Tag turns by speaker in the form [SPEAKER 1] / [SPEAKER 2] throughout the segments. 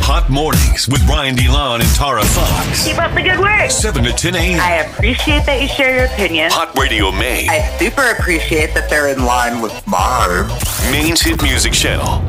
[SPEAKER 1] Hot Mornings with Ryan DeLon and Tara Fox.
[SPEAKER 2] Keep up the good work.
[SPEAKER 1] 7 to 10 a.m.
[SPEAKER 2] I appreciate that you share your opinion.
[SPEAKER 1] Hot Radio Maine.
[SPEAKER 3] I super appreciate that they're in line with mine.
[SPEAKER 1] Maine's hit music channel.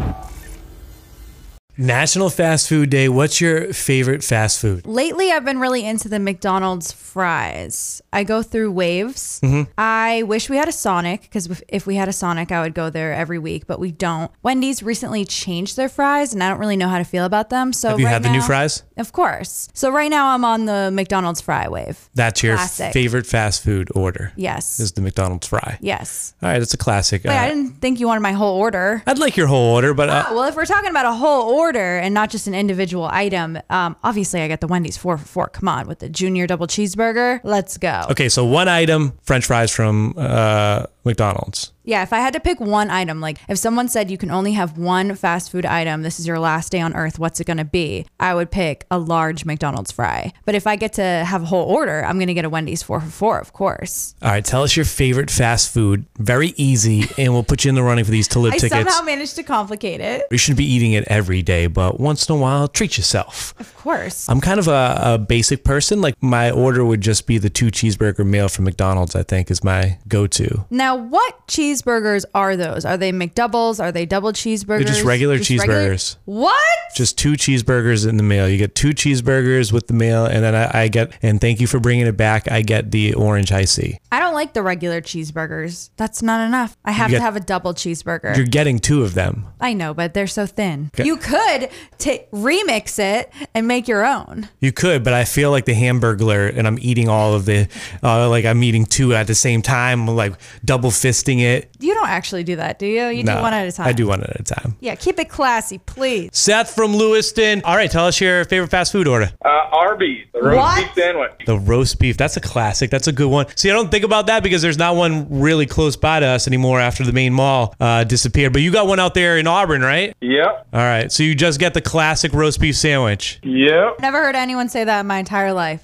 [SPEAKER 4] National Fast Food Day. What's your favorite fast food?
[SPEAKER 5] Lately, I've been really into the McDonald's fries. I go through waves.
[SPEAKER 4] Mm-hmm.
[SPEAKER 5] I wish we had a Sonic because if we had a Sonic, I would go there every week, but we don't. Wendy's recently changed their fries, and I don't really know how to feel about them. So
[SPEAKER 4] Have you
[SPEAKER 5] right
[SPEAKER 4] had the new
[SPEAKER 5] now-
[SPEAKER 4] fries?
[SPEAKER 5] Of course. So right now, I'm on the McDonald's fry wave.
[SPEAKER 4] That's your
[SPEAKER 5] Classic.
[SPEAKER 4] favorite fast food order.
[SPEAKER 5] Yes.
[SPEAKER 4] Is the McDonald's fry.
[SPEAKER 5] Yes.
[SPEAKER 4] All right, that's a classic.
[SPEAKER 5] Wait,
[SPEAKER 4] Uh,
[SPEAKER 5] I didn't think you wanted my whole order.
[SPEAKER 4] I'd like your whole order, but uh,
[SPEAKER 5] Oh, well, if we're talking about a whole order and not just an individual item, um, obviously I got the Wendy's four for four. Come on, with the junior double cheeseburger. Let's go.
[SPEAKER 4] okay, so one item, French fries from uh, McDonald's.
[SPEAKER 5] Yeah, if I had to pick one item, like if someone said you can only have one fast food item, this is your last day on earth, what's it gonna be? I would pick a large McDonald's fry. But if I get to have a whole order, I'm gonna get a Wendy's four for four, of course.
[SPEAKER 4] All right, tell us your favorite fast food. Very easy, and we'll put you in the running for these to live
[SPEAKER 5] I
[SPEAKER 4] tickets.
[SPEAKER 5] somehow managed to complicate it.
[SPEAKER 4] you shouldn't be eating it every day, but once in a while, treat yourself.
[SPEAKER 5] Of course.
[SPEAKER 4] I'm kind of a, a basic person. Like my order would just be the two cheeseburger meal from McDonald's. I think is my go-to.
[SPEAKER 5] Now, what cheeseburgers are those? Are they McDoubles? Are they double cheeseburgers?
[SPEAKER 4] regular cheeseburgers.
[SPEAKER 5] What?
[SPEAKER 4] Just two cheeseburgers in the meal. You get two cheeseburgers with the meal, and then I, I get. And thank you for bringing it back. I get the orange icy.
[SPEAKER 5] I don't like the regular cheeseburgers. That's not enough. I have
[SPEAKER 4] get-
[SPEAKER 5] to have a double cheeseburger.
[SPEAKER 4] You're getting two of them.
[SPEAKER 5] I know, but they're so thin. You could ta remix it and make your own.
[SPEAKER 4] You could, but I feel like the Hamburglar, and I'm eating all of the, uh, like I'm eating two at the same time, like double fisting it.
[SPEAKER 5] You don't actually do that, do you? You do
[SPEAKER 4] No,
[SPEAKER 5] one at a time.
[SPEAKER 4] I do one at a time.
[SPEAKER 5] Yeah, keep it classy, please.
[SPEAKER 4] Seth from Lewiston. All right, tell us your favorite fast food order.
[SPEAKER 6] Uh, Arby's, the roast
[SPEAKER 5] What?
[SPEAKER 6] beef sandwich.
[SPEAKER 4] The roast beef. That's a classic. That's a good one. See, I don't think about that because there's not one really close by to us anymore after the main mall uh, disappeared. But you got one out there in Auburn, right?
[SPEAKER 6] Yep,
[SPEAKER 4] All right. So you just get the classic roast beef sandwich.
[SPEAKER 6] yep.
[SPEAKER 5] Never heard anyone say that in my entire life.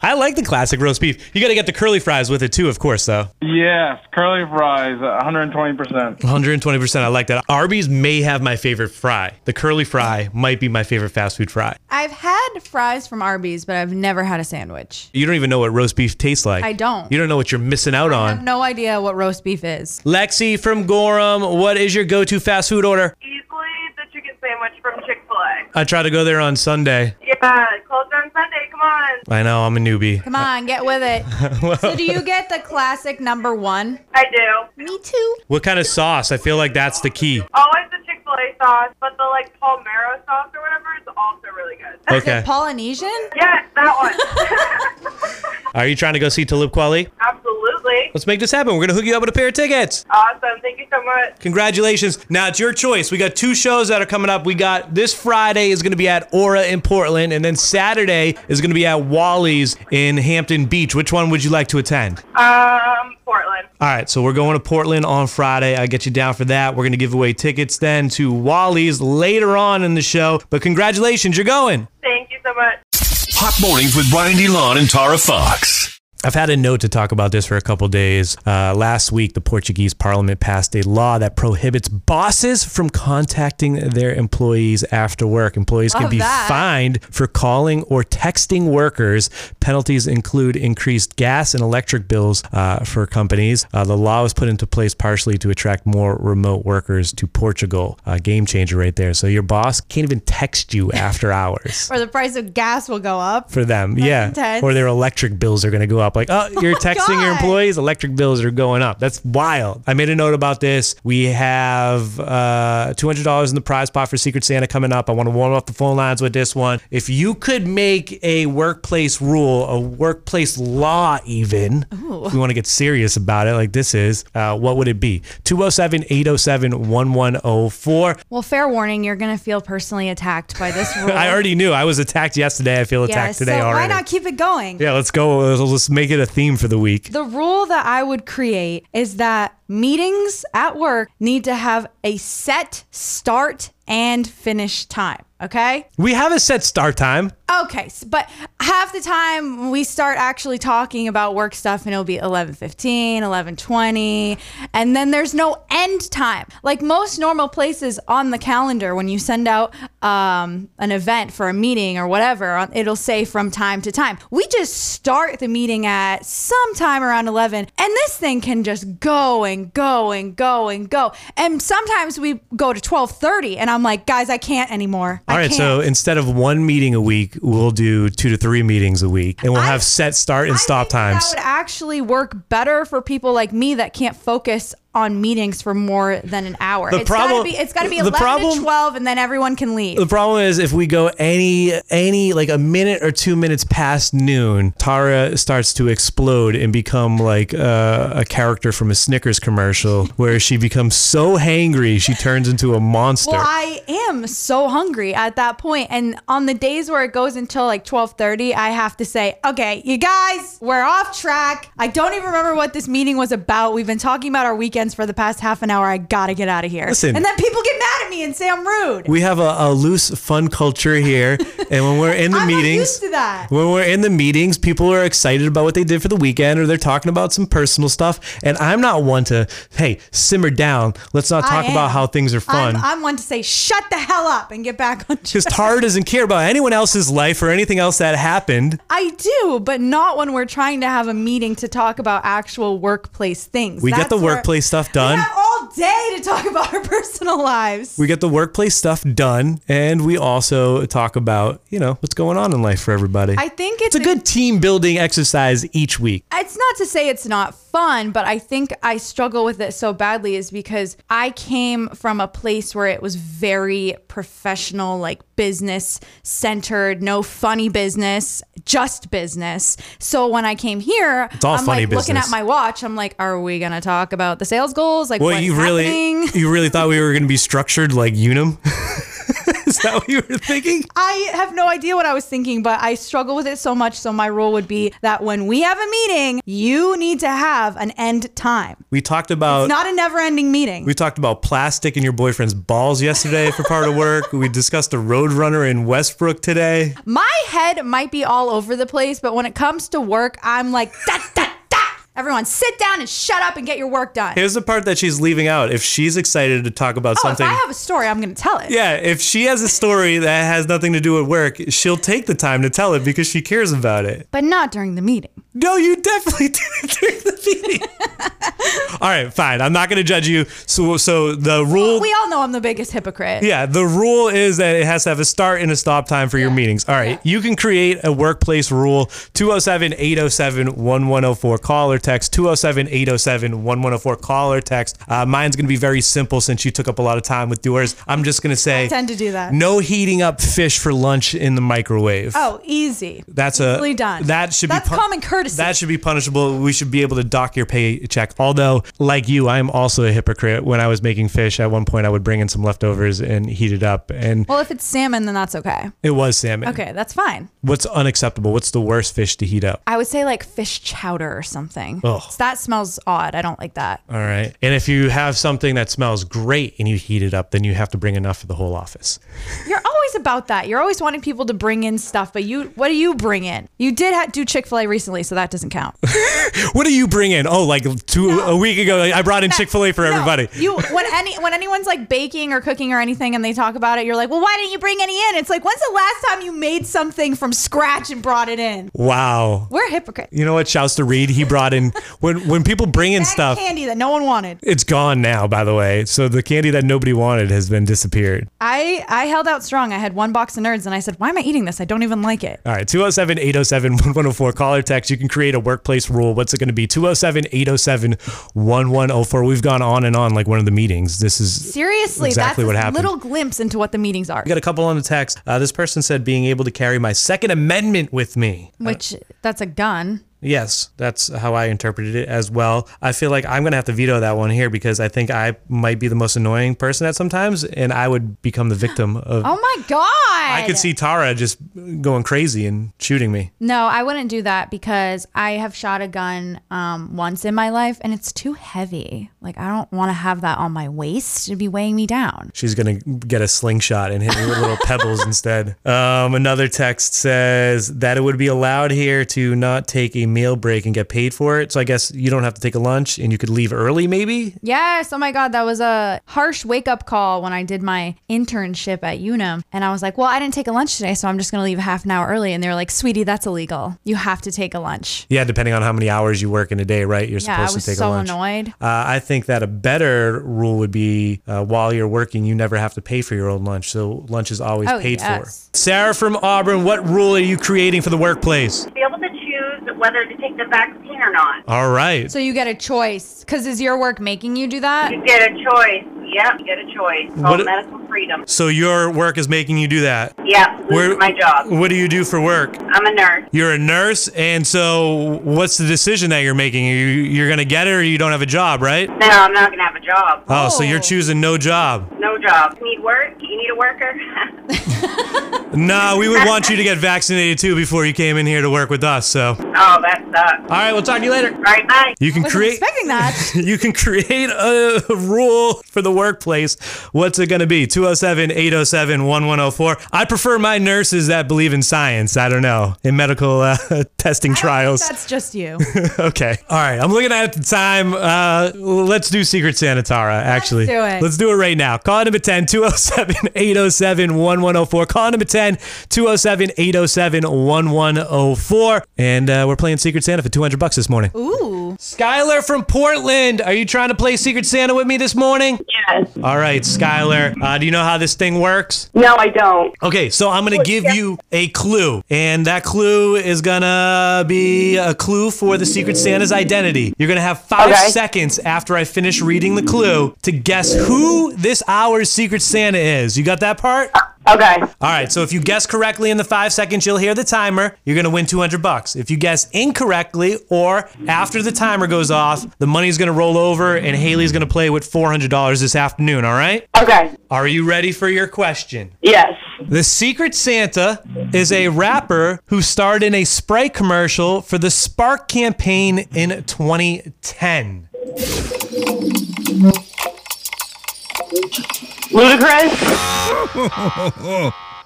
[SPEAKER 4] I like the classic roast beef. You got to get the curly fries with it too, of course, though.
[SPEAKER 6] Yes, curly fries, uh, 120%.
[SPEAKER 4] 120%. I like that. Arby's may have my favorite fry. The curly fry might be my favorite fast food fry.
[SPEAKER 5] I've had fries from Arby's, but I've never had a sandwich.
[SPEAKER 4] You don't even know what roast beef tastes like.
[SPEAKER 5] I don't.
[SPEAKER 4] You don't know what you're missing out
[SPEAKER 5] I
[SPEAKER 4] on.
[SPEAKER 5] have no idea what roast beef is.
[SPEAKER 4] Lexi from Gorham, what is your go to fast food order?
[SPEAKER 2] Easily the chicken sandwich from Chick fil A.
[SPEAKER 4] I try to go there on Sunday.
[SPEAKER 2] Yeah, closed on Sunday. Come on.
[SPEAKER 4] I know, I'm a newbie.
[SPEAKER 5] Come on, get with it. so, do you get the classic number one?
[SPEAKER 2] I do.
[SPEAKER 5] Me too.
[SPEAKER 4] What kind of sauce? I feel like that's the key.
[SPEAKER 2] Always the Chick fil A sauce, but the like palmero sauce or whatever is also really good.
[SPEAKER 4] Okay.
[SPEAKER 5] Polynesian?
[SPEAKER 2] yes, that one.
[SPEAKER 4] Are you trying to go see Talib Kweli?
[SPEAKER 2] Absolutely.
[SPEAKER 4] Let's make this happen. We're going to hook you up with a pair of tickets.
[SPEAKER 2] Awesome. Thank you so much.
[SPEAKER 4] Congratulations. Now it's your choice. We got two shows that are coming up. We got this Friday is going to be at Aura in Portland, and then Saturday is going to be at Wally's in Hampton Beach. Which one would you like to attend?
[SPEAKER 2] Um, Portland.
[SPEAKER 4] All right, so we're going to Portland on Friday. I get you down for that. We're going to give away tickets then to Wally's later on in the show. But congratulations, you're going.
[SPEAKER 2] Thank you so much.
[SPEAKER 1] Hot Mornings with Ryan DeLon and Tara Fox.
[SPEAKER 4] I've had a note to talk about this for a couple days. Uh, last week, the Portuguese parliament passed a law that prohibits bosses from contacting their employees after work. Employees can
[SPEAKER 5] Love
[SPEAKER 4] be
[SPEAKER 5] that.
[SPEAKER 4] fined for calling or texting workers. Penalties include increased gas and electric bills uh, for companies. Uh, the law was put into place partially to attract more remote workers to Portugal. A game changer right there. So your boss can't even text you after hours
[SPEAKER 5] Or the price of gas will go up.
[SPEAKER 4] for them. yeah.
[SPEAKER 5] intense.
[SPEAKER 4] Or their electric bills are going to go up. Like, oh, you're texting your
[SPEAKER 5] God.
[SPEAKER 4] employees, electric bills are going up. That's wild. I made a note about this. We have uh, $200 in the prize pot for Secret Santa coming up. I want to warm up the phone lines with this one. If you could make a workplace rule, a workplace law, even, if we want to get serious about it, like this is, uh, what would it be? 207 807 1104.
[SPEAKER 5] Well, fair warning, you're going to feel personally attacked by this rule.
[SPEAKER 4] I already knew I was attacked yesterday. I feel attacked today
[SPEAKER 5] so
[SPEAKER 4] already.
[SPEAKER 5] Why not keep it going?
[SPEAKER 4] Yeah, let's go. Let's, let's make it a theme for the week.
[SPEAKER 5] The rule that I would create is that meetings at work need to have a set start and finish time. Okay.
[SPEAKER 4] We have a set start time.
[SPEAKER 5] Okay, s- but half the time we start actually talking about work stuff and it'll be 11:15, 11:20, and then there's no end time. Like most normal places on the calendar when you send out um, an event for a meeting or whatever, on- it'll say from time to time. We just start the meeting at sometime around 11 and this thing can just go and go and go and go. And sometimes we go to 12:30 and I'm like, "Guys, I can't anymore."
[SPEAKER 4] All
[SPEAKER 5] I
[SPEAKER 4] right,
[SPEAKER 5] can't.
[SPEAKER 4] so instead of one meeting a week, we'll do two to three meetings a week, and we'll
[SPEAKER 5] I-
[SPEAKER 4] have set start and
[SPEAKER 5] I
[SPEAKER 4] stop
[SPEAKER 5] think that
[SPEAKER 4] times.
[SPEAKER 5] That would actually work better for people like me that can't focus on meetings for more than an hour.
[SPEAKER 4] The
[SPEAKER 5] It's gotta
[SPEAKER 4] problem-
[SPEAKER 5] be- it's got to be
[SPEAKER 4] the
[SPEAKER 5] 11
[SPEAKER 4] problem-
[SPEAKER 5] to 12 and then everyone can leave.
[SPEAKER 4] the problem is if we go any any like a minute or two minutes past noon, Tara starts to explode and become like uh, a character from a Snickers commercial, where she becomes so hangry she turns into a monster.
[SPEAKER 5] well, I am so hungry at that point, and on the days where it goes until like twelve thirty, I have to say, "Okay, you guys, we're off track. I don't even remember what this meeting was about. We've been talking about our weekends for the past half an hour. I gotta get out of here."
[SPEAKER 4] Listen.
[SPEAKER 5] and then people get mad at me and say I'm rude.
[SPEAKER 4] we have a, a loose fun culture here, and when we're in the
[SPEAKER 5] I'm not
[SPEAKER 4] meetings,
[SPEAKER 5] used to that.
[SPEAKER 4] when we're in the meetings, people are excited about what they did for the weekend or they're talking about some personal stuff. And I'm not one to, hey, simmer down. Let's not
[SPEAKER 5] I
[SPEAKER 4] talk
[SPEAKER 5] am.
[SPEAKER 4] about how things are fun.
[SPEAKER 5] I'm, I'm one to say, "Shut the hell up" and get back on track.
[SPEAKER 4] Because Tara doesn't care about anyone else's life or anything else that happened.
[SPEAKER 5] I do, but not when we're trying to have a meeting to talk about actual workplace things.
[SPEAKER 4] We get the
[SPEAKER 5] where-
[SPEAKER 4] workplace stuff
[SPEAKER 5] We
[SPEAKER 4] done.
[SPEAKER 5] have all day to talk about our personal lives.
[SPEAKER 4] We get the workplace stuff done, and we also talk about, you know, what's going on in life for everybody.
[SPEAKER 5] I think it's,
[SPEAKER 4] it's a good team building exercise each week.
[SPEAKER 5] It's not to say it's not fun, but I think I struggle with it so badly is because I came from a place where it was very professional, like business centered, no funny business, just business. So when I came here,
[SPEAKER 4] all
[SPEAKER 5] I'm
[SPEAKER 4] funny
[SPEAKER 5] like looking
[SPEAKER 4] business.
[SPEAKER 5] at my watch. I'm like, are we gonna talk about the sales goals? Like,
[SPEAKER 4] Well,
[SPEAKER 5] what's
[SPEAKER 4] you really,
[SPEAKER 5] happening?
[SPEAKER 4] you really thought we were going to be structured like Unum? Is that what you were thinking?
[SPEAKER 5] I have no idea what I was thinking, but I struggle with it so much. So my rule would be that when we have a meeting, you need to have an end time.
[SPEAKER 4] We talked about
[SPEAKER 5] It's not a never-ending meeting.
[SPEAKER 4] we talked about plastic in your boyfriend's balls yesterday for part of work. we discussed the Roadrunner in Westbrook today.
[SPEAKER 5] my head might be all over the place, but when it comes to work, I'm like da da da. Everyone, sit down and shut up and get your work done.
[SPEAKER 4] Here's the part that she's leaving out. If she's excited to talk about
[SPEAKER 5] oh,
[SPEAKER 4] something.
[SPEAKER 5] if I have a story, I'm gonna tell it.
[SPEAKER 4] yeah, if she has a story that has nothing to do with work, she'll take the time to tell it because she cares about it.
[SPEAKER 5] But not during the meeting.
[SPEAKER 4] No, you definitely didn't during the meeting. All right, fine. I'm not going to judge you. So, so the rule.
[SPEAKER 5] We all know I'm the biggest hypocrite.
[SPEAKER 4] Yeah, the rule is that it has to have a start and a stop time for your meetings. All right, you can create a workplace rule 207 807 1104. Call or text 207 807 1104. Call or text. Uh, mine's going to be very simple since you took up a lot of time with yours. I'm just going to say
[SPEAKER 5] I tend to do that.
[SPEAKER 4] no heating up fish for lunch in the microwave.
[SPEAKER 5] Oh, easy.
[SPEAKER 4] That's a
[SPEAKER 5] Easily done.
[SPEAKER 4] that should
[SPEAKER 5] That's
[SPEAKER 4] be pun-
[SPEAKER 5] common courtesy.
[SPEAKER 4] That should be punishable. We should be able to dock your paycheck. Although, like you, I am also a hypocrite. When I was making fish, at one point I would bring in some leftovers and heat it up, and
[SPEAKER 5] well, if it's salmon, then that's okay.
[SPEAKER 4] it was salmon.
[SPEAKER 5] Okay, that's fine.
[SPEAKER 4] What's unacceptable? What's the worst fish to heat up?
[SPEAKER 5] I would say like fish chowder or something.
[SPEAKER 4] Ugh.
[SPEAKER 5] That smells odd. I don't like that.
[SPEAKER 4] All right. And if you have something that smells great and you heat it up, then you have to bring enough for the whole office.
[SPEAKER 5] You're always about that. You're always wanting people to bring in stuff, but you, what do you bring in? You did ha- do Chick Fil A recently, so that doesn't count.
[SPEAKER 4] What do you bring in? Oh, like two a week ago, I brought in Chick Fil A for
[SPEAKER 5] No,
[SPEAKER 4] everybody.
[SPEAKER 5] You when any when anyone's like baking or cooking or anything, and they talk about it, you're like, well, why didn't you bring any in? It's like, when's the last time you made something from scratch and brought it in?
[SPEAKER 4] wow.
[SPEAKER 5] We're hypocrites.
[SPEAKER 4] You know what? Shouts to Reed. He brought in when when people bring in
[SPEAKER 5] Bag of
[SPEAKER 4] stuff.
[SPEAKER 5] candy that no one wanted.
[SPEAKER 4] It's gone now, by the way. So the candy that nobody wanted has been disappeared.
[SPEAKER 5] I I held out strong. I had one box of nerds, and I said, why am I eating this? I don't even like it.
[SPEAKER 4] All right, 207 807 1104. Call or text. You can create a workplace rule. What's it going to be? 207 807 1104. We've gone on and on like one of the meetings. This is
[SPEAKER 5] Seriously,
[SPEAKER 4] Exactly
[SPEAKER 5] that's
[SPEAKER 4] what
[SPEAKER 5] a
[SPEAKER 4] happened.
[SPEAKER 5] little glimpse into what the meetings are.
[SPEAKER 4] We got a couple on the text. Uh, this person said being able to carry my Second Amendment with me.
[SPEAKER 5] Which that's a gun.
[SPEAKER 4] Yes, that's how I interpreted it as well. I feel like I'm going to have to veto that one here because I think I might be the most annoying person at sometimes and I would become the victim of.
[SPEAKER 5] Oh my god!
[SPEAKER 4] I could see Tara just going crazy and shooting me.
[SPEAKER 5] No, I wouldn't do that because I have shot a gun um, once in my life, and it's too heavy. Like I don't want to have that on my waist; it'd be weighing me down.
[SPEAKER 4] She's gonna get a slingshot and hit me with little pebbles instead. Um, another text says that it would be allowed here to not take a meal break and get paid for it. So I guess you don't have to take a lunch and you could leave early, maybe.
[SPEAKER 5] Yes. Oh my God. That was a harsh wake up call when I did my internship at Unum. And I was like, well, I didn't take a lunch today, so I'm just going to leave a half an hour early. And they were like, sweetie, that's illegal. You have to take a lunch.
[SPEAKER 4] Yeah, depending on how many hours you work in a day, right? You're
[SPEAKER 5] Yeah. I
[SPEAKER 4] supposed
[SPEAKER 5] was
[SPEAKER 4] to take a
[SPEAKER 5] so
[SPEAKER 4] lunch.
[SPEAKER 5] annoyed.
[SPEAKER 4] Uh, I think that a better rule would be uh, while you're working, you never have to pay for your own lunch. So lunch is always
[SPEAKER 5] Oh,
[SPEAKER 4] paid
[SPEAKER 5] yes.
[SPEAKER 4] for. Sarah from Auburn, what rule are you creating for the workplace?
[SPEAKER 7] be able to choose whether to take the vaccine or not.
[SPEAKER 4] All right.
[SPEAKER 5] So you get a choice because is your work making you do that?
[SPEAKER 7] You get a choice. Yep, you get a choice. It's
[SPEAKER 4] What-
[SPEAKER 7] called medical freedom.
[SPEAKER 4] So your work is making you do that.
[SPEAKER 7] Yep, this
[SPEAKER 4] Where-
[SPEAKER 7] is my job.
[SPEAKER 4] What do you do for work?
[SPEAKER 7] I'm a nurse.
[SPEAKER 4] You're a nurse, and so what's the decision that you're making? You, you're gonna get it, or you don't have a job, right?
[SPEAKER 7] No, I'm not going to have a job.
[SPEAKER 4] Oh, so you're
[SPEAKER 5] Oh.
[SPEAKER 4] choosing no job.
[SPEAKER 7] No job. Need work? You need a worker?
[SPEAKER 4] Nah, we would want you to get vaccinated too before you came in here to work with us. So, all
[SPEAKER 7] oh, that sucks.
[SPEAKER 4] right, we'll talk to you later.
[SPEAKER 7] All right, bye.
[SPEAKER 4] You can
[SPEAKER 5] Wasn't
[SPEAKER 4] create.
[SPEAKER 5] expecting that.
[SPEAKER 4] you can create a rule for the workplace. What's it going to be? 207 807 1104. I prefer my nurses that believe in science. I don't know. In medical uh, testing trials.
[SPEAKER 5] That's just you.
[SPEAKER 4] okay. All right. I'm looking at the time. Uh, let's do Secret Santa Tara, actually.
[SPEAKER 5] do it.
[SPEAKER 4] Let's do it right now. Call number 10 207 807 1104. Call number 10 207 807 1104. And uh, we're playing Secret Santa for 200 bucks this morning.
[SPEAKER 5] Ooh.
[SPEAKER 4] Skylar from Portland, are you trying to play Secret Santa with me this morning?
[SPEAKER 2] Yes.
[SPEAKER 4] All right, Skylar. Uh, do you know how this thing works?
[SPEAKER 2] No, I don't.
[SPEAKER 4] Okay, so I'm going to give you a clue, and that clue is going to be a clue for the Secret Santa's identity. You're going to have five
[SPEAKER 2] Okay.
[SPEAKER 4] seconds after I finish reading the clue to guess who this hour's Secret Santa is. You got that part?
[SPEAKER 2] Okay.
[SPEAKER 4] All right, so if you guess correctly in the five seconds, you'll hear the timer. You're going to win 200 bucks. If you guess incorrectly or after the timer goes off, the money's going to roll over and Haley's going to play with $400 this afternoon, all right?
[SPEAKER 2] Okay.
[SPEAKER 4] Are you ready for your question?
[SPEAKER 2] Yes.
[SPEAKER 4] The Secret Santa is a rapper who starred in a Sprite commercial for the Spark campaign in 2010.
[SPEAKER 2] Ludicrous.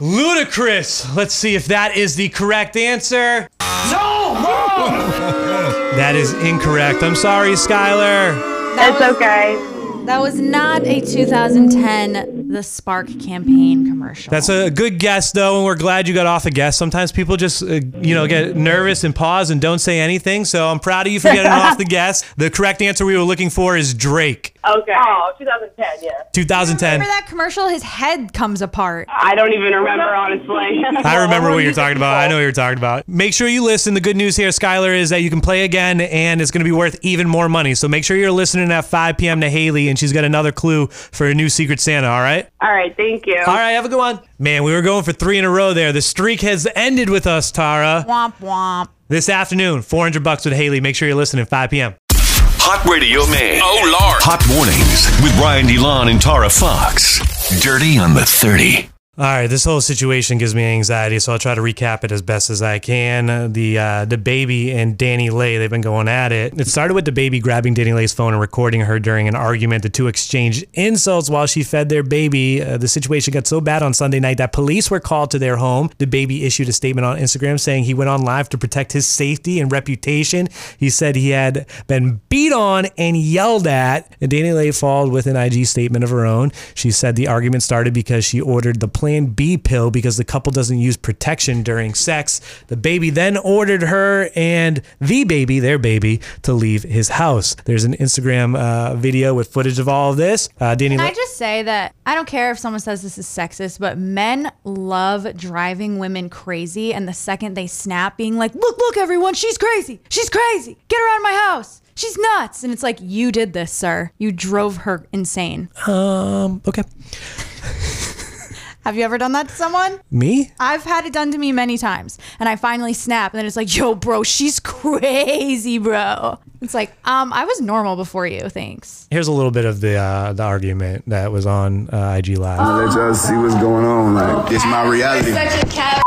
[SPEAKER 4] Ludicrous. Let's see if that is the correct answer. No! that is incorrect. I'm sorry, Skylar.
[SPEAKER 2] That's okay.
[SPEAKER 5] That was not a 2010 The Spark campaign commercial.
[SPEAKER 4] That's a good guess, though, and we're glad you got off a guess. Sometimes people just, uh, you know, get nervous and pause and don't say anything. So I'm proud of you for getting off the guess. The correct answer we were looking for is Drake.
[SPEAKER 2] Okay. Oh, 2010. Yeah.
[SPEAKER 4] 2010.
[SPEAKER 5] Remember that commercial? His head comes apart.
[SPEAKER 2] I don't even remember honestly.
[SPEAKER 4] I remember what you're talking about. I know what you're talking about. Make sure you listen. The good news here, Skylar, is that you can play again and it's going to be worth even more money. So make sure you're listening at 5 p.m. to Haley and she's got another clue for a new Secret Santa, all right?
[SPEAKER 2] All right. Thank you.
[SPEAKER 4] All right, have a good one. Man, we were going for three in a row there. The streak has ended with us, Tara.
[SPEAKER 5] Womp womp.
[SPEAKER 4] This afternoon, 400 bucks with Haley. Make sure you're listening at 5 p.m.
[SPEAKER 1] Hot Radio Man. Oh, Lord. Hot Mornings with Brian DeLon and Tara Fox. Dirty on the 30.
[SPEAKER 4] All right, this whole situation gives me anxiety, so I'll try to recap it as best as I can. The uh, the baby and Danny Lay, they've been going at it. It started with the baby grabbing Danny Lay's phone and recording her during an argument. The two exchanged insults while she fed their baby. Uh, the situation got so bad on Sunday night that police were called to their home. The baby issued a statement on Instagram saying he went on live to protect his safety and reputation. He said he had been beat on and yelled at. And Danny Lay followed with an IG statement of her own. She said the argument started because she ordered the Plan B pill because the couple doesn't use protection during sex. The baby then ordered her and the baby, their baby, to leave his house. There's an Instagram uh, video with footage of all of this. Uh, Danny
[SPEAKER 5] Can
[SPEAKER 4] Lay.
[SPEAKER 5] I just say that I don't care if someone says this is sexist, but men love driving women crazy. And the second they snap, being like, look, look, everyone, she's crazy. She's crazy. Get her out of my house. She's nuts. And it's like, you did this, sir. You drove her insane.
[SPEAKER 4] um, okay.
[SPEAKER 5] Have you ever done that to someone?
[SPEAKER 4] Me?
[SPEAKER 5] I've had it done to me many times, and I finally snap, and then it's like, "Yo, bro, she's crazy, bro." It's like, um, I was normal before you, thanks.
[SPEAKER 4] Here's a little bit of the uh, the argument that was on uh, IG Live.
[SPEAKER 8] let y'all see what's going on. Like, it's my reality.
[SPEAKER 9] such a cat.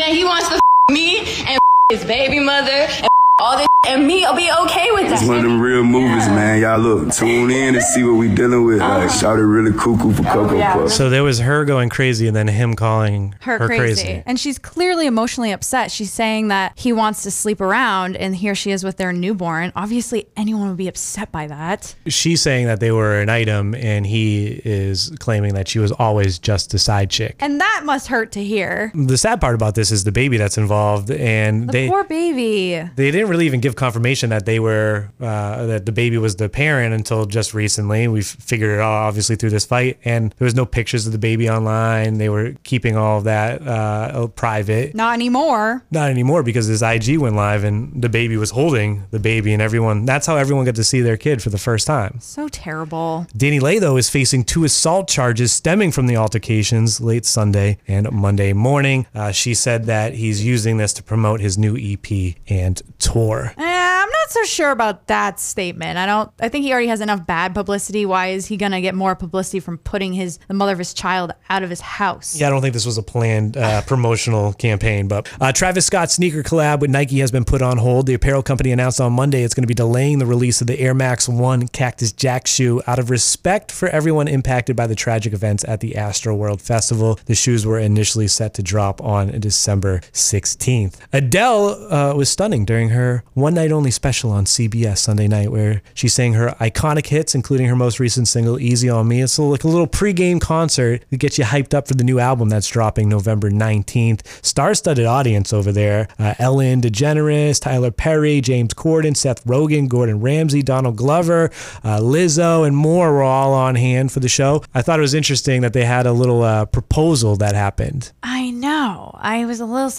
[SPEAKER 9] Man, he wants to me and his baby mother and all this, and me will be okay with
[SPEAKER 8] It's one of
[SPEAKER 9] that.
[SPEAKER 8] them real movies, man. Y'all look, tune in and see what we dealing with. Like, shout it really cuckoo for Cocoa Puffs.
[SPEAKER 4] So there was her going crazy and then him calling
[SPEAKER 5] Her, crazy. and she's clearly emotionally upset. She's saying that he wants to sleep around, and here she is with their newborn. Obviously, anyone would be upset by that.
[SPEAKER 4] She's saying that they were an item and he is claiming that she was always just a side chick.
[SPEAKER 5] And that must hurt to hear.
[SPEAKER 4] The sad part about this is the baby that's involved and
[SPEAKER 5] The
[SPEAKER 4] they
[SPEAKER 5] poor baby.
[SPEAKER 4] they didn't really even give confirmation that they were uh, that the baby was the parent until just recently. We figured it out obviously through this fight, and there was no pictures of the baby online. They were keeping all of that uh, private.
[SPEAKER 5] Not anymore.
[SPEAKER 4] Not anymore because this IG went live and the baby was holding the baby, and everyone. That's how everyone got to see their kid for the first time.
[SPEAKER 5] So terrible.
[SPEAKER 4] Danny Lay, though, is facing two assault charges stemming from the altercations late Sunday and Monday morning. Uh, she said that he's using this to promote his new EP and tour.
[SPEAKER 5] Eh, I'm not so sure about that statement. I don't. I think he already has enough bad publicity. Why is he gonna get more publicity from putting his the mother of his child out of his house?
[SPEAKER 4] Yeah, I don't think this was a planned uh, promotional campaign, but uh, Travis Scott's sneaker collab with Nike has been put on hold. The apparel company announced on Monday it's going to be delaying the release of the Air Max 1 Cactus Jack shoe out of respect for everyone impacted by the tragic events at the Astro World Festival. The shoes were initially set to drop on December 16th. Adele uh, was stunning during her one night only special on CBS Sunday night, where she sang her iconic hits, including her most recent single, Easy on Me. It's like a little pregame concert to get you hyped up for the new album that's dropping November 19th. Star studded audience over there uh, Ellen DeGeneres, Tyler Perry, James Corden, Seth Rogen, Gordon Ramsay, Donald Glover, uh, Lizzo, and more were all on hand for the show. I thought it was interesting that they had a little uh, proposal that happened.
[SPEAKER 5] I know. I was a little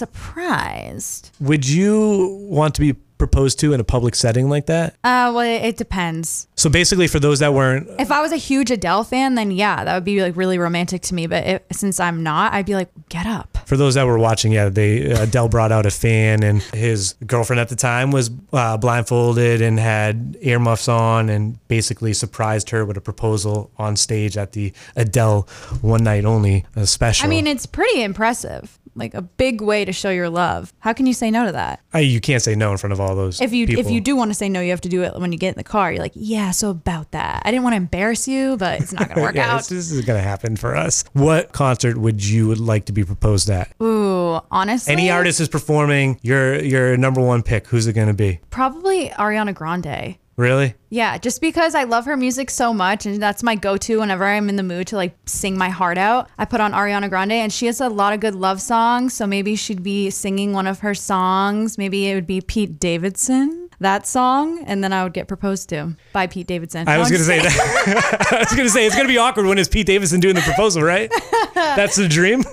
[SPEAKER 5] surprised.
[SPEAKER 4] Would you want to be proposed to in a public setting like that?
[SPEAKER 5] Uh, well, it, it depends.
[SPEAKER 4] So basically, for those that weren't
[SPEAKER 5] If I was a huge Adele fan, then yeah, that would be like really romantic to me. But it, since I'm not, I'd be like, get up.
[SPEAKER 4] for those that were watching, yeah, they Adele brought out a fan, and his girlfriend at the time was uh, blindfolded and had earmuffs on, and basically surprised her with a proposal on stage at the Adele One Night Only uh, special.
[SPEAKER 5] I mean, it's pretty impressive. Like a big way to show your love. How can you say no to that?
[SPEAKER 4] I- you can't say no in front of all those.
[SPEAKER 5] if you
[SPEAKER 4] people.
[SPEAKER 5] if you do want to say no, you have to do it when you get in the car. You're like, yeah, so about that. I didn't want to embarrass you, but it's not gonna work
[SPEAKER 4] yeah,
[SPEAKER 5] out.
[SPEAKER 4] this, this is gonna happen for us. What concert would you would like to be proposed at?
[SPEAKER 5] Ooh, honestly,
[SPEAKER 4] Any artist is performing. Your your number one pick. Who's it gonna be?
[SPEAKER 5] probably Ariana Grande.
[SPEAKER 4] Really?
[SPEAKER 5] Yeah, just because I love her music so much, and that's my go-to whenever I'm in the mood to like sing my heart out. I put on Ariana Grande, and she has a lot of good love songs. So maybe she'd be singing one of her songs. Maybe it would be Pete Davidson that song, and then I would get proposed to by Pete Davidson.
[SPEAKER 4] I
[SPEAKER 5] No,
[SPEAKER 4] was gonna
[SPEAKER 5] I'm just
[SPEAKER 4] say
[SPEAKER 5] kidding.
[SPEAKER 4] that. I was gonna say it's gonna be awkward when it's Pete Davidson doing the proposal, right? That's the dream.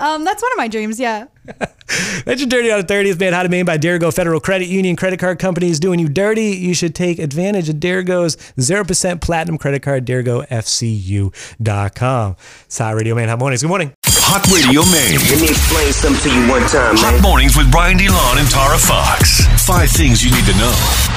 [SPEAKER 5] um, that's one of my dreams. Yeah.
[SPEAKER 4] That's your dirty out of thirty is made how to made by Derigo Federal Credit Union. Credit card companies doing you dirty. You should take advantage of Derigo's zero percent platinum credit card. DerigoFCU.com. It's Hot Radio Man. Hot mornings. Good morning.
[SPEAKER 1] Hot Radio Maine.
[SPEAKER 3] Let me explain something to you one time, man.
[SPEAKER 1] Hot mornings with Brian DeLon and Tara Fox. Five things you need to know.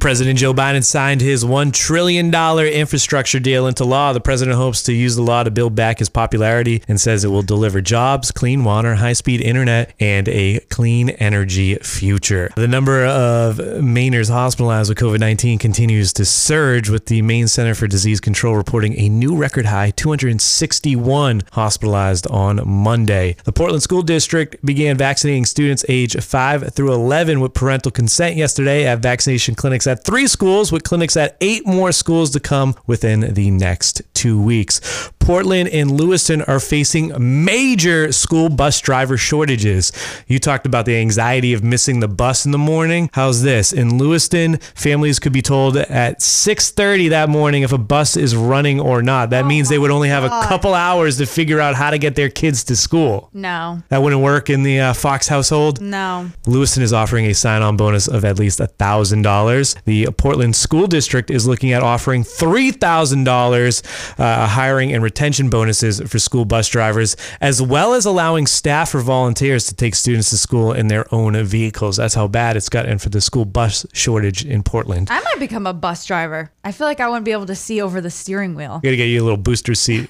[SPEAKER 4] President Joe Biden signed his $1 trillion infrastructure deal into law. The president hopes to use the law to build back his popularity and says it will deliver jobs, clean water, high speed internet, and a clean energy future. The number of Mainers hospitalized with COVID 19 continues to surge, with the Maine Center for Disease Control reporting a new record high 261 hospitalized on Monday. The Portland School District began vaccinating students age 5 through 11 with parental consent yesterday at vaccination clinics at three schools, with clinics at eight more schools to come within the next two weeks. Portland and Lewiston are facing major school bus driver shortages. You talked about the anxiety of missing the bus in the morning. How's this? In Lewiston, families could be told at 6:30 that morning if a bus is running or not. That means they would only have a couple hours to figure out how to get their kids to school.
[SPEAKER 5] No.
[SPEAKER 4] That wouldn't work in the uh, Fox household.
[SPEAKER 5] No.
[SPEAKER 4] Lewiston is offering a sign on bonus of at least $1,000. The Portland School District is looking at offering $3,000, uh, hiring and retention retention bonuses for school bus drivers, as well as allowing staff or volunteers to take students to school in their own vehicles. That's how bad it's gotten for the school bus shortage in Portland.
[SPEAKER 5] I might become a bus driver. I feel like I wouldn't be able to see over the steering wheel.
[SPEAKER 4] Gotta get you a little booster seat.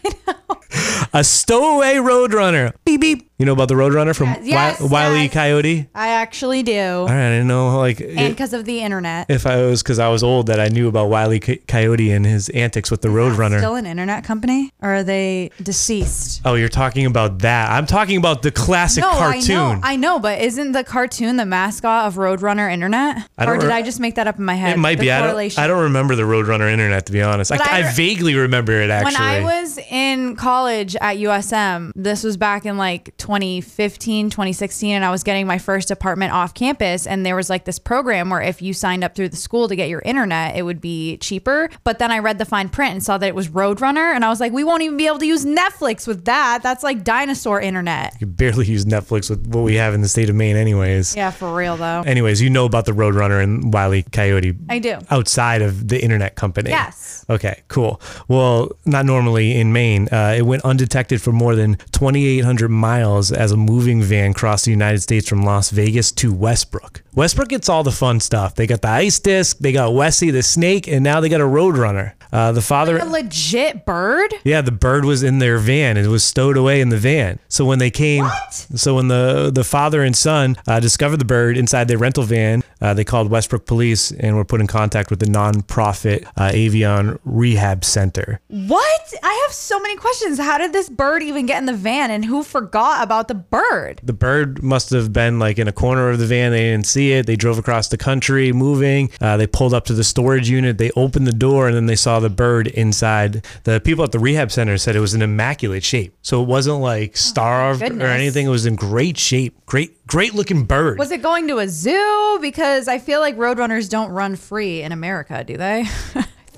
[SPEAKER 4] A stowaway roadrunner. Beep beep. You know about the roadrunner from
[SPEAKER 5] Yes, yes,
[SPEAKER 4] Wiley E.
[SPEAKER 5] yes.
[SPEAKER 4] Coyote?
[SPEAKER 5] I actually do.
[SPEAKER 4] All right, I didn't know like
[SPEAKER 5] and because of the internet.
[SPEAKER 4] if I was because I was old that I knew about Wiley Co- Coyote and his antics with the roadrunner.
[SPEAKER 5] Still an internet company? Or are they deceased?
[SPEAKER 4] Oh, you're talking about that. I'm talking about the classic
[SPEAKER 5] no,
[SPEAKER 4] cartoon.
[SPEAKER 5] I know. I know, but isn't the cartoon the mascot of Roadrunner Internet?
[SPEAKER 4] I don't
[SPEAKER 5] or did
[SPEAKER 4] re-
[SPEAKER 5] I just make that up in my head?
[SPEAKER 4] it might
[SPEAKER 5] The
[SPEAKER 4] be. I don't,
[SPEAKER 5] correlation.
[SPEAKER 4] I don't remember the Roadrunner internet, to be honest. I,
[SPEAKER 5] But I
[SPEAKER 4] I,
[SPEAKER 5] re-
[SPEAKER 4] vaguely remember it, actually.
[SPEAKER 5] When I was in college at USM, this was back in like 2015, 2016, and I was getting my first apartment off campus. And there was like this program where if you signed up through the school to get your internet, it would be cheaper. But then I read the fine print and saw that it was Roadrunner. And I was like, we won't even be able to use Netflix with that. That's like dinosaur internet.
[SPEAKER 4] could barely use Netflix with what we have in the state of Maine, anyways.
[SPEAKER 5] Yeah, for real though.
[SPEAKER 4] Anyways, you know about the Roadrunner and Wiley Coyote.
[SPEAKER 5] I do.
[SPEAKER 4] Outside of the internet company.
[SPEAKER 5] Yes.
[SPEAKER 4] Okay, cool. Well, not normally in Maine. Uh, it went undetected for more than 2,800 miles as a moving van crossed the United States from Las Vegas to Westbrook. Westbrook gets all the fun stuff. They got the ice disc, they got Wessie the snake, and now they got a Roadrunner. Uh, the father.
[SPEAKER 5] A legit bird?
[SPEAKER 4] Yeah, the bird was in their van. It was stowed away in the van. So when they came, so when the the father and son uh, discovered the bird inside their rental van, uh, they called Westbrook Police and were put in contact with the nonprofit uh, Avion Rehab Center.
[SPEAKER 5] What? I have so many questions. How did this bird even get in the van and who forgot about the bird?
[SPEAKER 4] The bird must have been like in a corner of the van. They didn't see it. They drove across the country, moving. Uh, they pulled up to the storage unit. They opened the door and then they saw the bird inside. The people at the rehab center said it was an immaculate shape. So it wasn't like starved or
[SPEAKER 5] Oh, goodness.
[SPEAKER 4] anything. It was in great shape. Great, great looking bird.
[SPEAKER 5] Was it going to a zoo? Because I feel like roadrunners don't run free in America, do they? I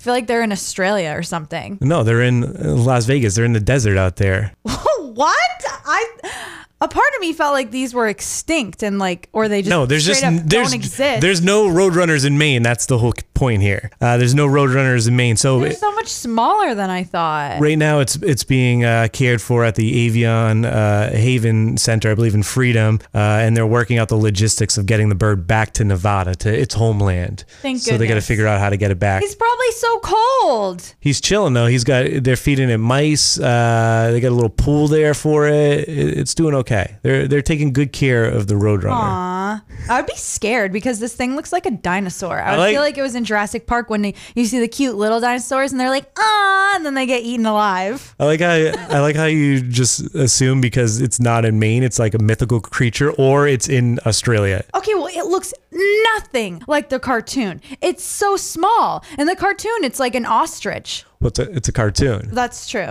[SPEAKER 5] feel like they're in Australia or something.
[SPEAKER 4] no, they're in uh, Las Vegas. They're in the desert out there.
[SPEAKER 5] what? I a part of me felt like these were extinct and like or they just
[SPEAKER 4] No, there's just
[SPEAKER 5] straight up
[SPEAKER 4] there's
[SPEAKER 5] don't exist.
[SPEAKER 4] there's no roadrunners in Maine. That's the whole point here. Uh, there's no roadrunners in Maine. So
[SPEAKER 5] They're
[SPEAKER 4] it-
[SPEAKER 5] so much smaller than I thought.
[SPEAKER 4] Right now, it's it's being uh, cared for at the Avion uh, Haven Center, I believe, in Freedom, uh, and they're working out the logistics of getting the bird back to Nevada, to its homeland.
[SPEAKER 5] Thank
[SPEAKER 4] so they got to
[SPEAKER 5] goodness.
[SPEAKER 4] figure out how to get it back.
[SPEAKER 5] He's
[SPEAKER 4] He's,
[SPEAKER 5] probably so cold.
[SPEAKER 4] chilling though. He's got they're feeding it mice. Uh, they got a little pool there for it. It- It's doing okay. They're they're taking good care of the roadrunner.
[SPEAKER 5] I would be scared because this thing looks like a dinosaur. I would
[SPEAKER 4] like-
[SPEAKER 5] feel like it was in Jurassic Park when they, you see the cute little dinosaurs and they're like, ah, and then they get eaten alive.
[SPEAKER 4] I like how I like how you just assume because it's not in Maine, it's like a mythical creature, or it's in Australia.
[SPEAKER 5] Okay, well, it looks nothing like the cartoon. It's so small. In the cartoon, it's like an ostrich.
[SPEAKER 4] What's a, it's a cartoon.
[SPEAKER 5] That's true.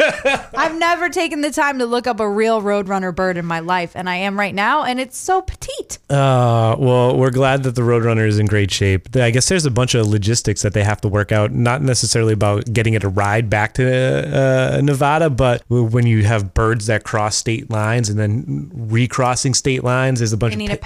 [SPEAKER 5] I've never taken the time to look up a real roadrunner bird in my life, and I am right now, and it's so petite.
[SPEAKER 4] Uh, well, we're glad that the Roadrunner is in great shape. I guess there's a bunch of logistics that they have to work out, not necessarily about getting it a ride back to uh, Nevada, but when you have birds that cross state lines and then recrossing state lines, there's a bunch
[SPEAKER 5] I
[SPEAKER 4] of
[SPEAKER 5] need a
[SPEAKER 4] pa-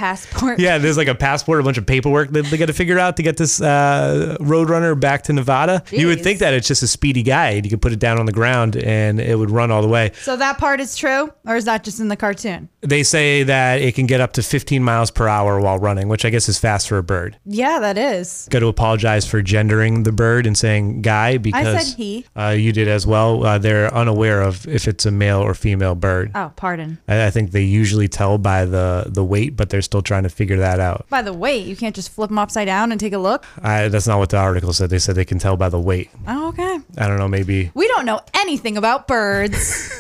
[SPEAKER 5] passport.
[SPEAKER 4] yeah, there's like a passport, a bunch of paperwork that they got to figure out to get this uh, Roadrunner back to Nevada. You would
[SPEAKER 5] Jeez.
[SPEAKER 4] think that it's just a speedy guide. You could put it down on the ground and it would run all the way.
[SPEAKER 5] So that part is true, or is that just in the cartoon?
[SPEAKER 4] They say that it can get up to 15 miles per hour while running, which I guess is fast for a bird.
[SPEAKER 5] Yeah, that is.
[SPEAKER 4] got to apologize for gendering the bird and saying guy because
[SPEAKER 5] he.
[SPEAKER 4] Uh, you did as well. Uh, they're unaware of if it's a male or female bird.
[SPEAKER 5] Oh, pardon.
[SPEAKER 4] I, I think they usually tell by the the weight, but they're still trying to figure that out.
[SPEAKER 5] By the way, you can't just flip them upside down and take a look.
[SPEAKER 4] I, that's not what the article said. They said they can tell by the weight.
[SPEAKER 5] Oh, okay.
[SPEAKER 4] I don't know. Maybe
[SPEAKER 5] We don't know anything about birds.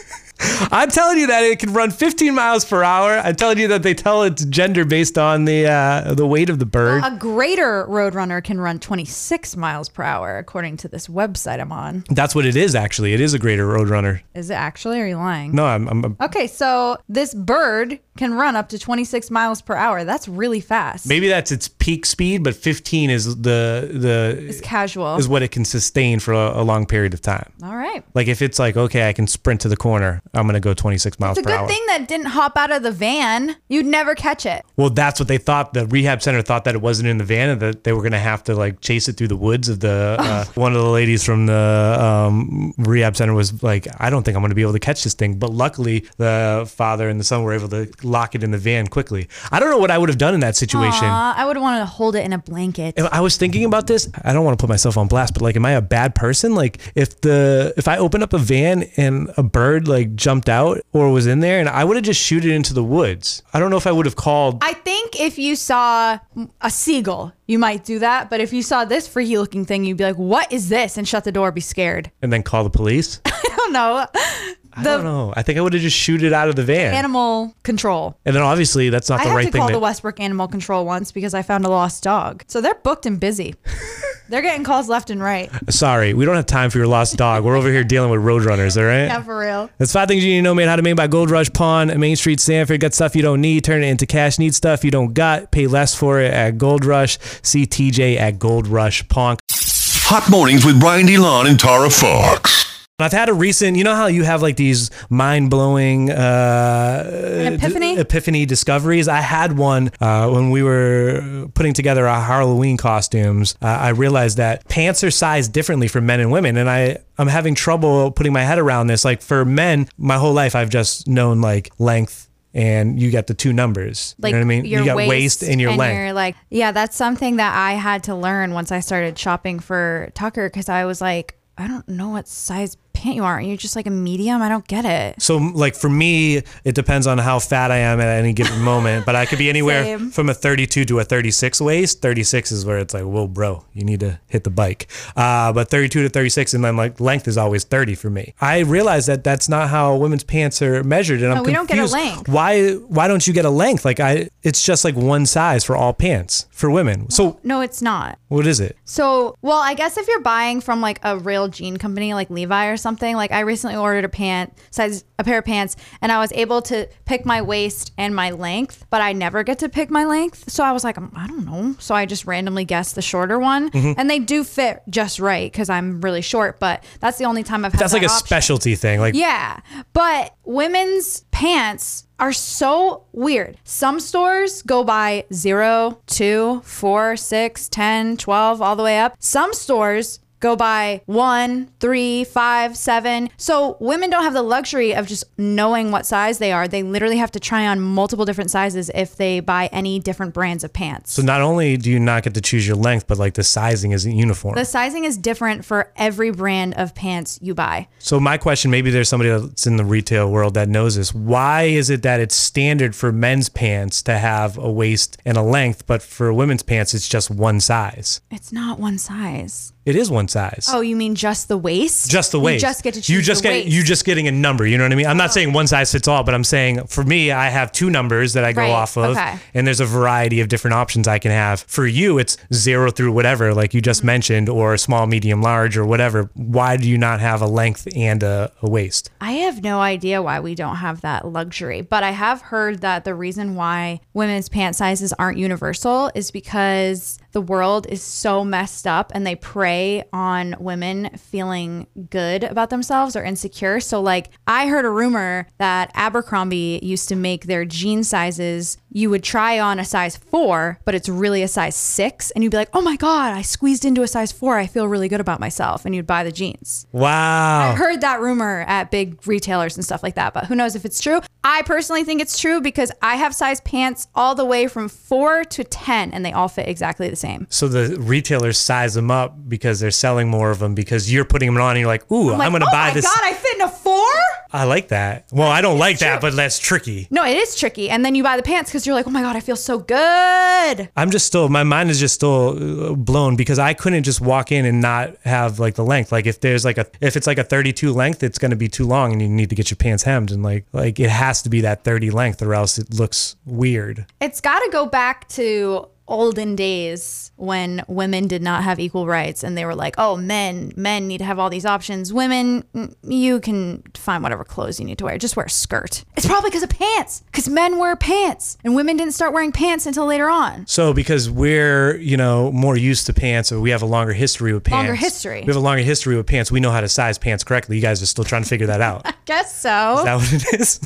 [SPEAKER 4] I'm telling you that it can run 15 miles per hour. I'm telling you that they tell its gender based on the uh, the weight of the bird.
[SPEAKER 5] a greater roadrunner can run 26 miles per hour, according to this website I'm on.
[SPEAKER 4] that's what it is. Actually, it is a greater roadrunner.
[SPEAKER 5] Is it actually? Or are you lying?
[SPEAKER 4] No, I'm, I'm
[SPEAKER 5] Okay, so this bird can run up to 26 miles per hour. That's really fast.
[SPEAKER 4] maybe that's its peak speed, but 15 is the the
[SPEAKER 5] it's casual.
[SPEAKER 4] is what it can sustain for a, a long period of time.
[SPEAKER 5] All right.
[SPEAKER 4] Like if it's like okay, I can sprint to the corner, I'm gonna go 26 miles
[SPEAKER 5] It's a
[SPEAKER 4] per
[SPEAKER 5] good
[SPEAKER 4] hour.
[SPEAKER 5] thing that didn't hop out of the van. You'd never catch it.
[SPEAKER 4] Well, that's what they thought. The rehab center thought that it wasn't in the van and that they were going to have to like chase it through the woods of the. Uh, one of the ladies from the um, rehab center was like, I don't think I'm going to be able to catch this thing. But luckily, the father and the son were able to lock it in the van quickly. I don't know what I would have done in that situation.
[SPEAKER 5] Aw, Uh, I would want to hold it in a blanket.
[SPEAKER 4] If I was thinking about this. I don't want to put myself on blast, but like, am I a bad person? Like, if the if I opened up a van and a bird like jumped out or was in there, and I would have just shoot it into the woods. I don't know if I would have called.
[SPEAKER 5] I think if you saw a seagull, you might do that. But if you saw this freaky looking thing, you'd be like, what is this? And shut the door, be scared. Oh,
[SPEAKER 4] and then call the police.
[SPEAKER 5] I don't know.
[SPEAKER 4] I don't know. I think I would have just shoot it out of the van.
[SPEAKER 5] Animal control.
[SPEAKER 4] and then obviously that's not
[SPEAKER 5] I
[SPEAKER 4] the
[SPEAKER 5] had
[SPEAKER 4] right
[SPEAKER 5] to
[SPEAKER 4] thing.
[SPEAKER 5] call
[SPEAKER 4] to-
[SPEAKER 5] the Westbrook Animal Control once because I found a lost dog. So they're booked and busy. they're getting calls left and right.
[SPEAKER 4] Sorry, we don't have time for your lost dog. We're over here dealing with roadrunners, all right?
[SPEAKER 5] Yeah, for real.
[SPEAKER 4] That's five things you need to know made how to make by Gold Rush Pawn, Main Street, Sanford. Got stuff you don't need, turn it into cash. Need stuff you don't got, pay less for it at Gold Rush. See TJ at Gold Rush Pawn.
[SPEAKER 1] Hot mornings with Brian DeLon and Tara Fox.
[SPEAKER 4] I've had a recent, you know how you have like these mind blowing uh,
[SPEAKER 5] epiphany?
[SPEAKER 4] d- epiphany discoveries. I had one uh, when we were putting together our Halloween costumes. Uh, I realized that pants are sized differently for men and women, and I I'm having trouble putting my head around this. Like for men, my whole life I've just known like length. And you got the two numbers. you know what I mean?
[SPEAKER 5] your
[SPEAKER 4] you got waist, and your length.
[SPEAKER 5] you're like, yeah, that's something that I had to learn once I started shopping for Tucker because I was like, I don't know what size pant you are. And you're just like a medium. I don't get it.
[SPEAKER 4] So, like for me, it depends on how fat I am at any given moment, but I could be anywhere
[SPEAKER 5] Same.
[SPEAKER 4] from a 32 to a 36 waist. 36 is where it's like, whoa, bro, you need to hit the bike. Uh, but 32 to 36, and then like length is always 30 for me. I realize that that's not how women's pants are measured, and I'm
[SPEAKER 5] No, we don't get a
[SPEAKER 4] confused.
[SPEAKER 5] length.
[SPEAKER 4] Why? Why don't you get a length? Like I, it's just like one size for all pants for women. So
[SPEAKER 5] No, it's not.
[SPEAKER 4] what is it?
[SPEAKER 5] So, well, I guess if you're buying from like a real jean company like Levi or something, like I recently ordered a pant size, a pair of pants, and I was able to pick my waist and my length, but I never get to pick my length. So I was like, "Um, I don't know. So I just randomly guessed the shorter one,
[SPEAKER 4] Mm-hmm.
[SPEAKER 5] and they do fit just right because I'm really short, but that's the only time I've had
[SPEAKER 4] That's like
[SPEAKER 5] that
[SPEAKER 4] a
[SPEAKER 5] option.
[SPEAKER 4] specialty thing. Like
[SPEAKER 5] Yeah. But women's pants are so weird. Some stores go by zero, two, four, six, 10, 12, all the way up. Some stores go by one, three, five, seven. So women don't have the luxury of just knowing what size they are. They literally have to try on multiple different sizes if they buy any different brands of pants.
[SPEAKER 4] so not only do you not get to choose your length, but like the sizing isn't uniform.
[SPEAKER 5] the sizing is different for every brand of pants you buy.
[SPEAKER 4] So my question, maybe there's somebody that's in the retail world that knows this. Why is it that it's standard for men's pants to have a waist and a length, but for women's pants it's just one size?
[SPEAKER 5] It's not one size.
[SPEAKER 4] It is one size.
[SPEAKER 5] Oh, you mean just the waist?
[SPEAKER 4] Just the
[SPEAKER 5] You
[SPEAKER 4] waist.
[SPEAKER 5] just get to choose.
[SPEAKER 4] You just
[SPEAKER 5] the
[SPEAKER 4] get
[SPEAKER 5] waist. Oh.
[SPEAKER 4] you just getting a number. You know what I mean? I'm not saying one size fits all, but I'm saying for me, I have two numbers that I go
[SPEAKER 5] Right,
[SPEAKER 4] off of,
[SPEAKER 5] okay.
[SPEAKER 4] and there's a variety of different options I can have. For you, it's zero through whatever, like you
[SPEAKER 5] Mm-hmm.
[SPEAKER 4] just mentioned, or small, medium, large, or whatever. Why do you not have a length and a, a waist?
[SPEAKER 5] I have no idea why we don't have that luxury, but I have heard that the reason why women's pant sizes aren't universal is because the world is so messed up and they prey on women feeling good about themselves or insecure. So, like, I heard a rumor that Abercrombie used to make their jean sizes, you would try on a size four, but it's really a size six. And you'd be like, oh my God, I squeezed into a size four. I feel really good about myself. And you'd buy the jeans.
[SPEAKER 4] Wow.
[SPEAKER 5] I've
[SPEAKER 4] Oh.
[SPEAKER 5] heard that rumor at big retailers and stuff like that, but who knows if it's true. I personally think it's true because I have size pants all the way from four to 10 and they all fit exactly the same.
[SPEAKER 4] So the retailers size them up because they're selling more of them because you're putting them on and you're like, ooh, I'm,
[SPEAKER 5] like,
[SPEAKER 4] going to
[SPEAKER 5] oh
[SPEAKER 4] buy
[SPEAKER 5] my
[SPEAKER 4] this.
[SPEAKER 5] God, I fit in a four?
[SPEAKER 4] I like that. Well, I don't like that, but that's tricky.
[SPEAKER 5] No, it is tricky. And then you buy the pants because you're like, oh my God, I feel so good.
[SPEAKER 4] I'm just still, my mind is just still uh, blown because I couldn't just walk in and not have like the length. Like if there's like a, if it's like a 32 length, it's going to be too long and you need to get your pants hemmed. And like, like it has to be that 30 length or else it looks weird.
[SPEAKER 5] It's got to go back to olden days when women did not have equal rights and they were like, oh, men, men need to have all these options. Women, mm, you can find whatever clothes you need to wear. Just wear a skirt. It's probably because of pants, because men wear pants and women didn't start wearing pants until later on.
[SPEAKER 4] So because we're, you know, more used to pants or we have a longer history with pants.
[SPEAKER 5] Longer history.
[SPEAKER 4] We have a longer history with pants. We know how to size pants correctly. You guys are still trying to figure that out.
[SPEAKER 5] Guess so.
[SPEAKER 4] Is that what it is?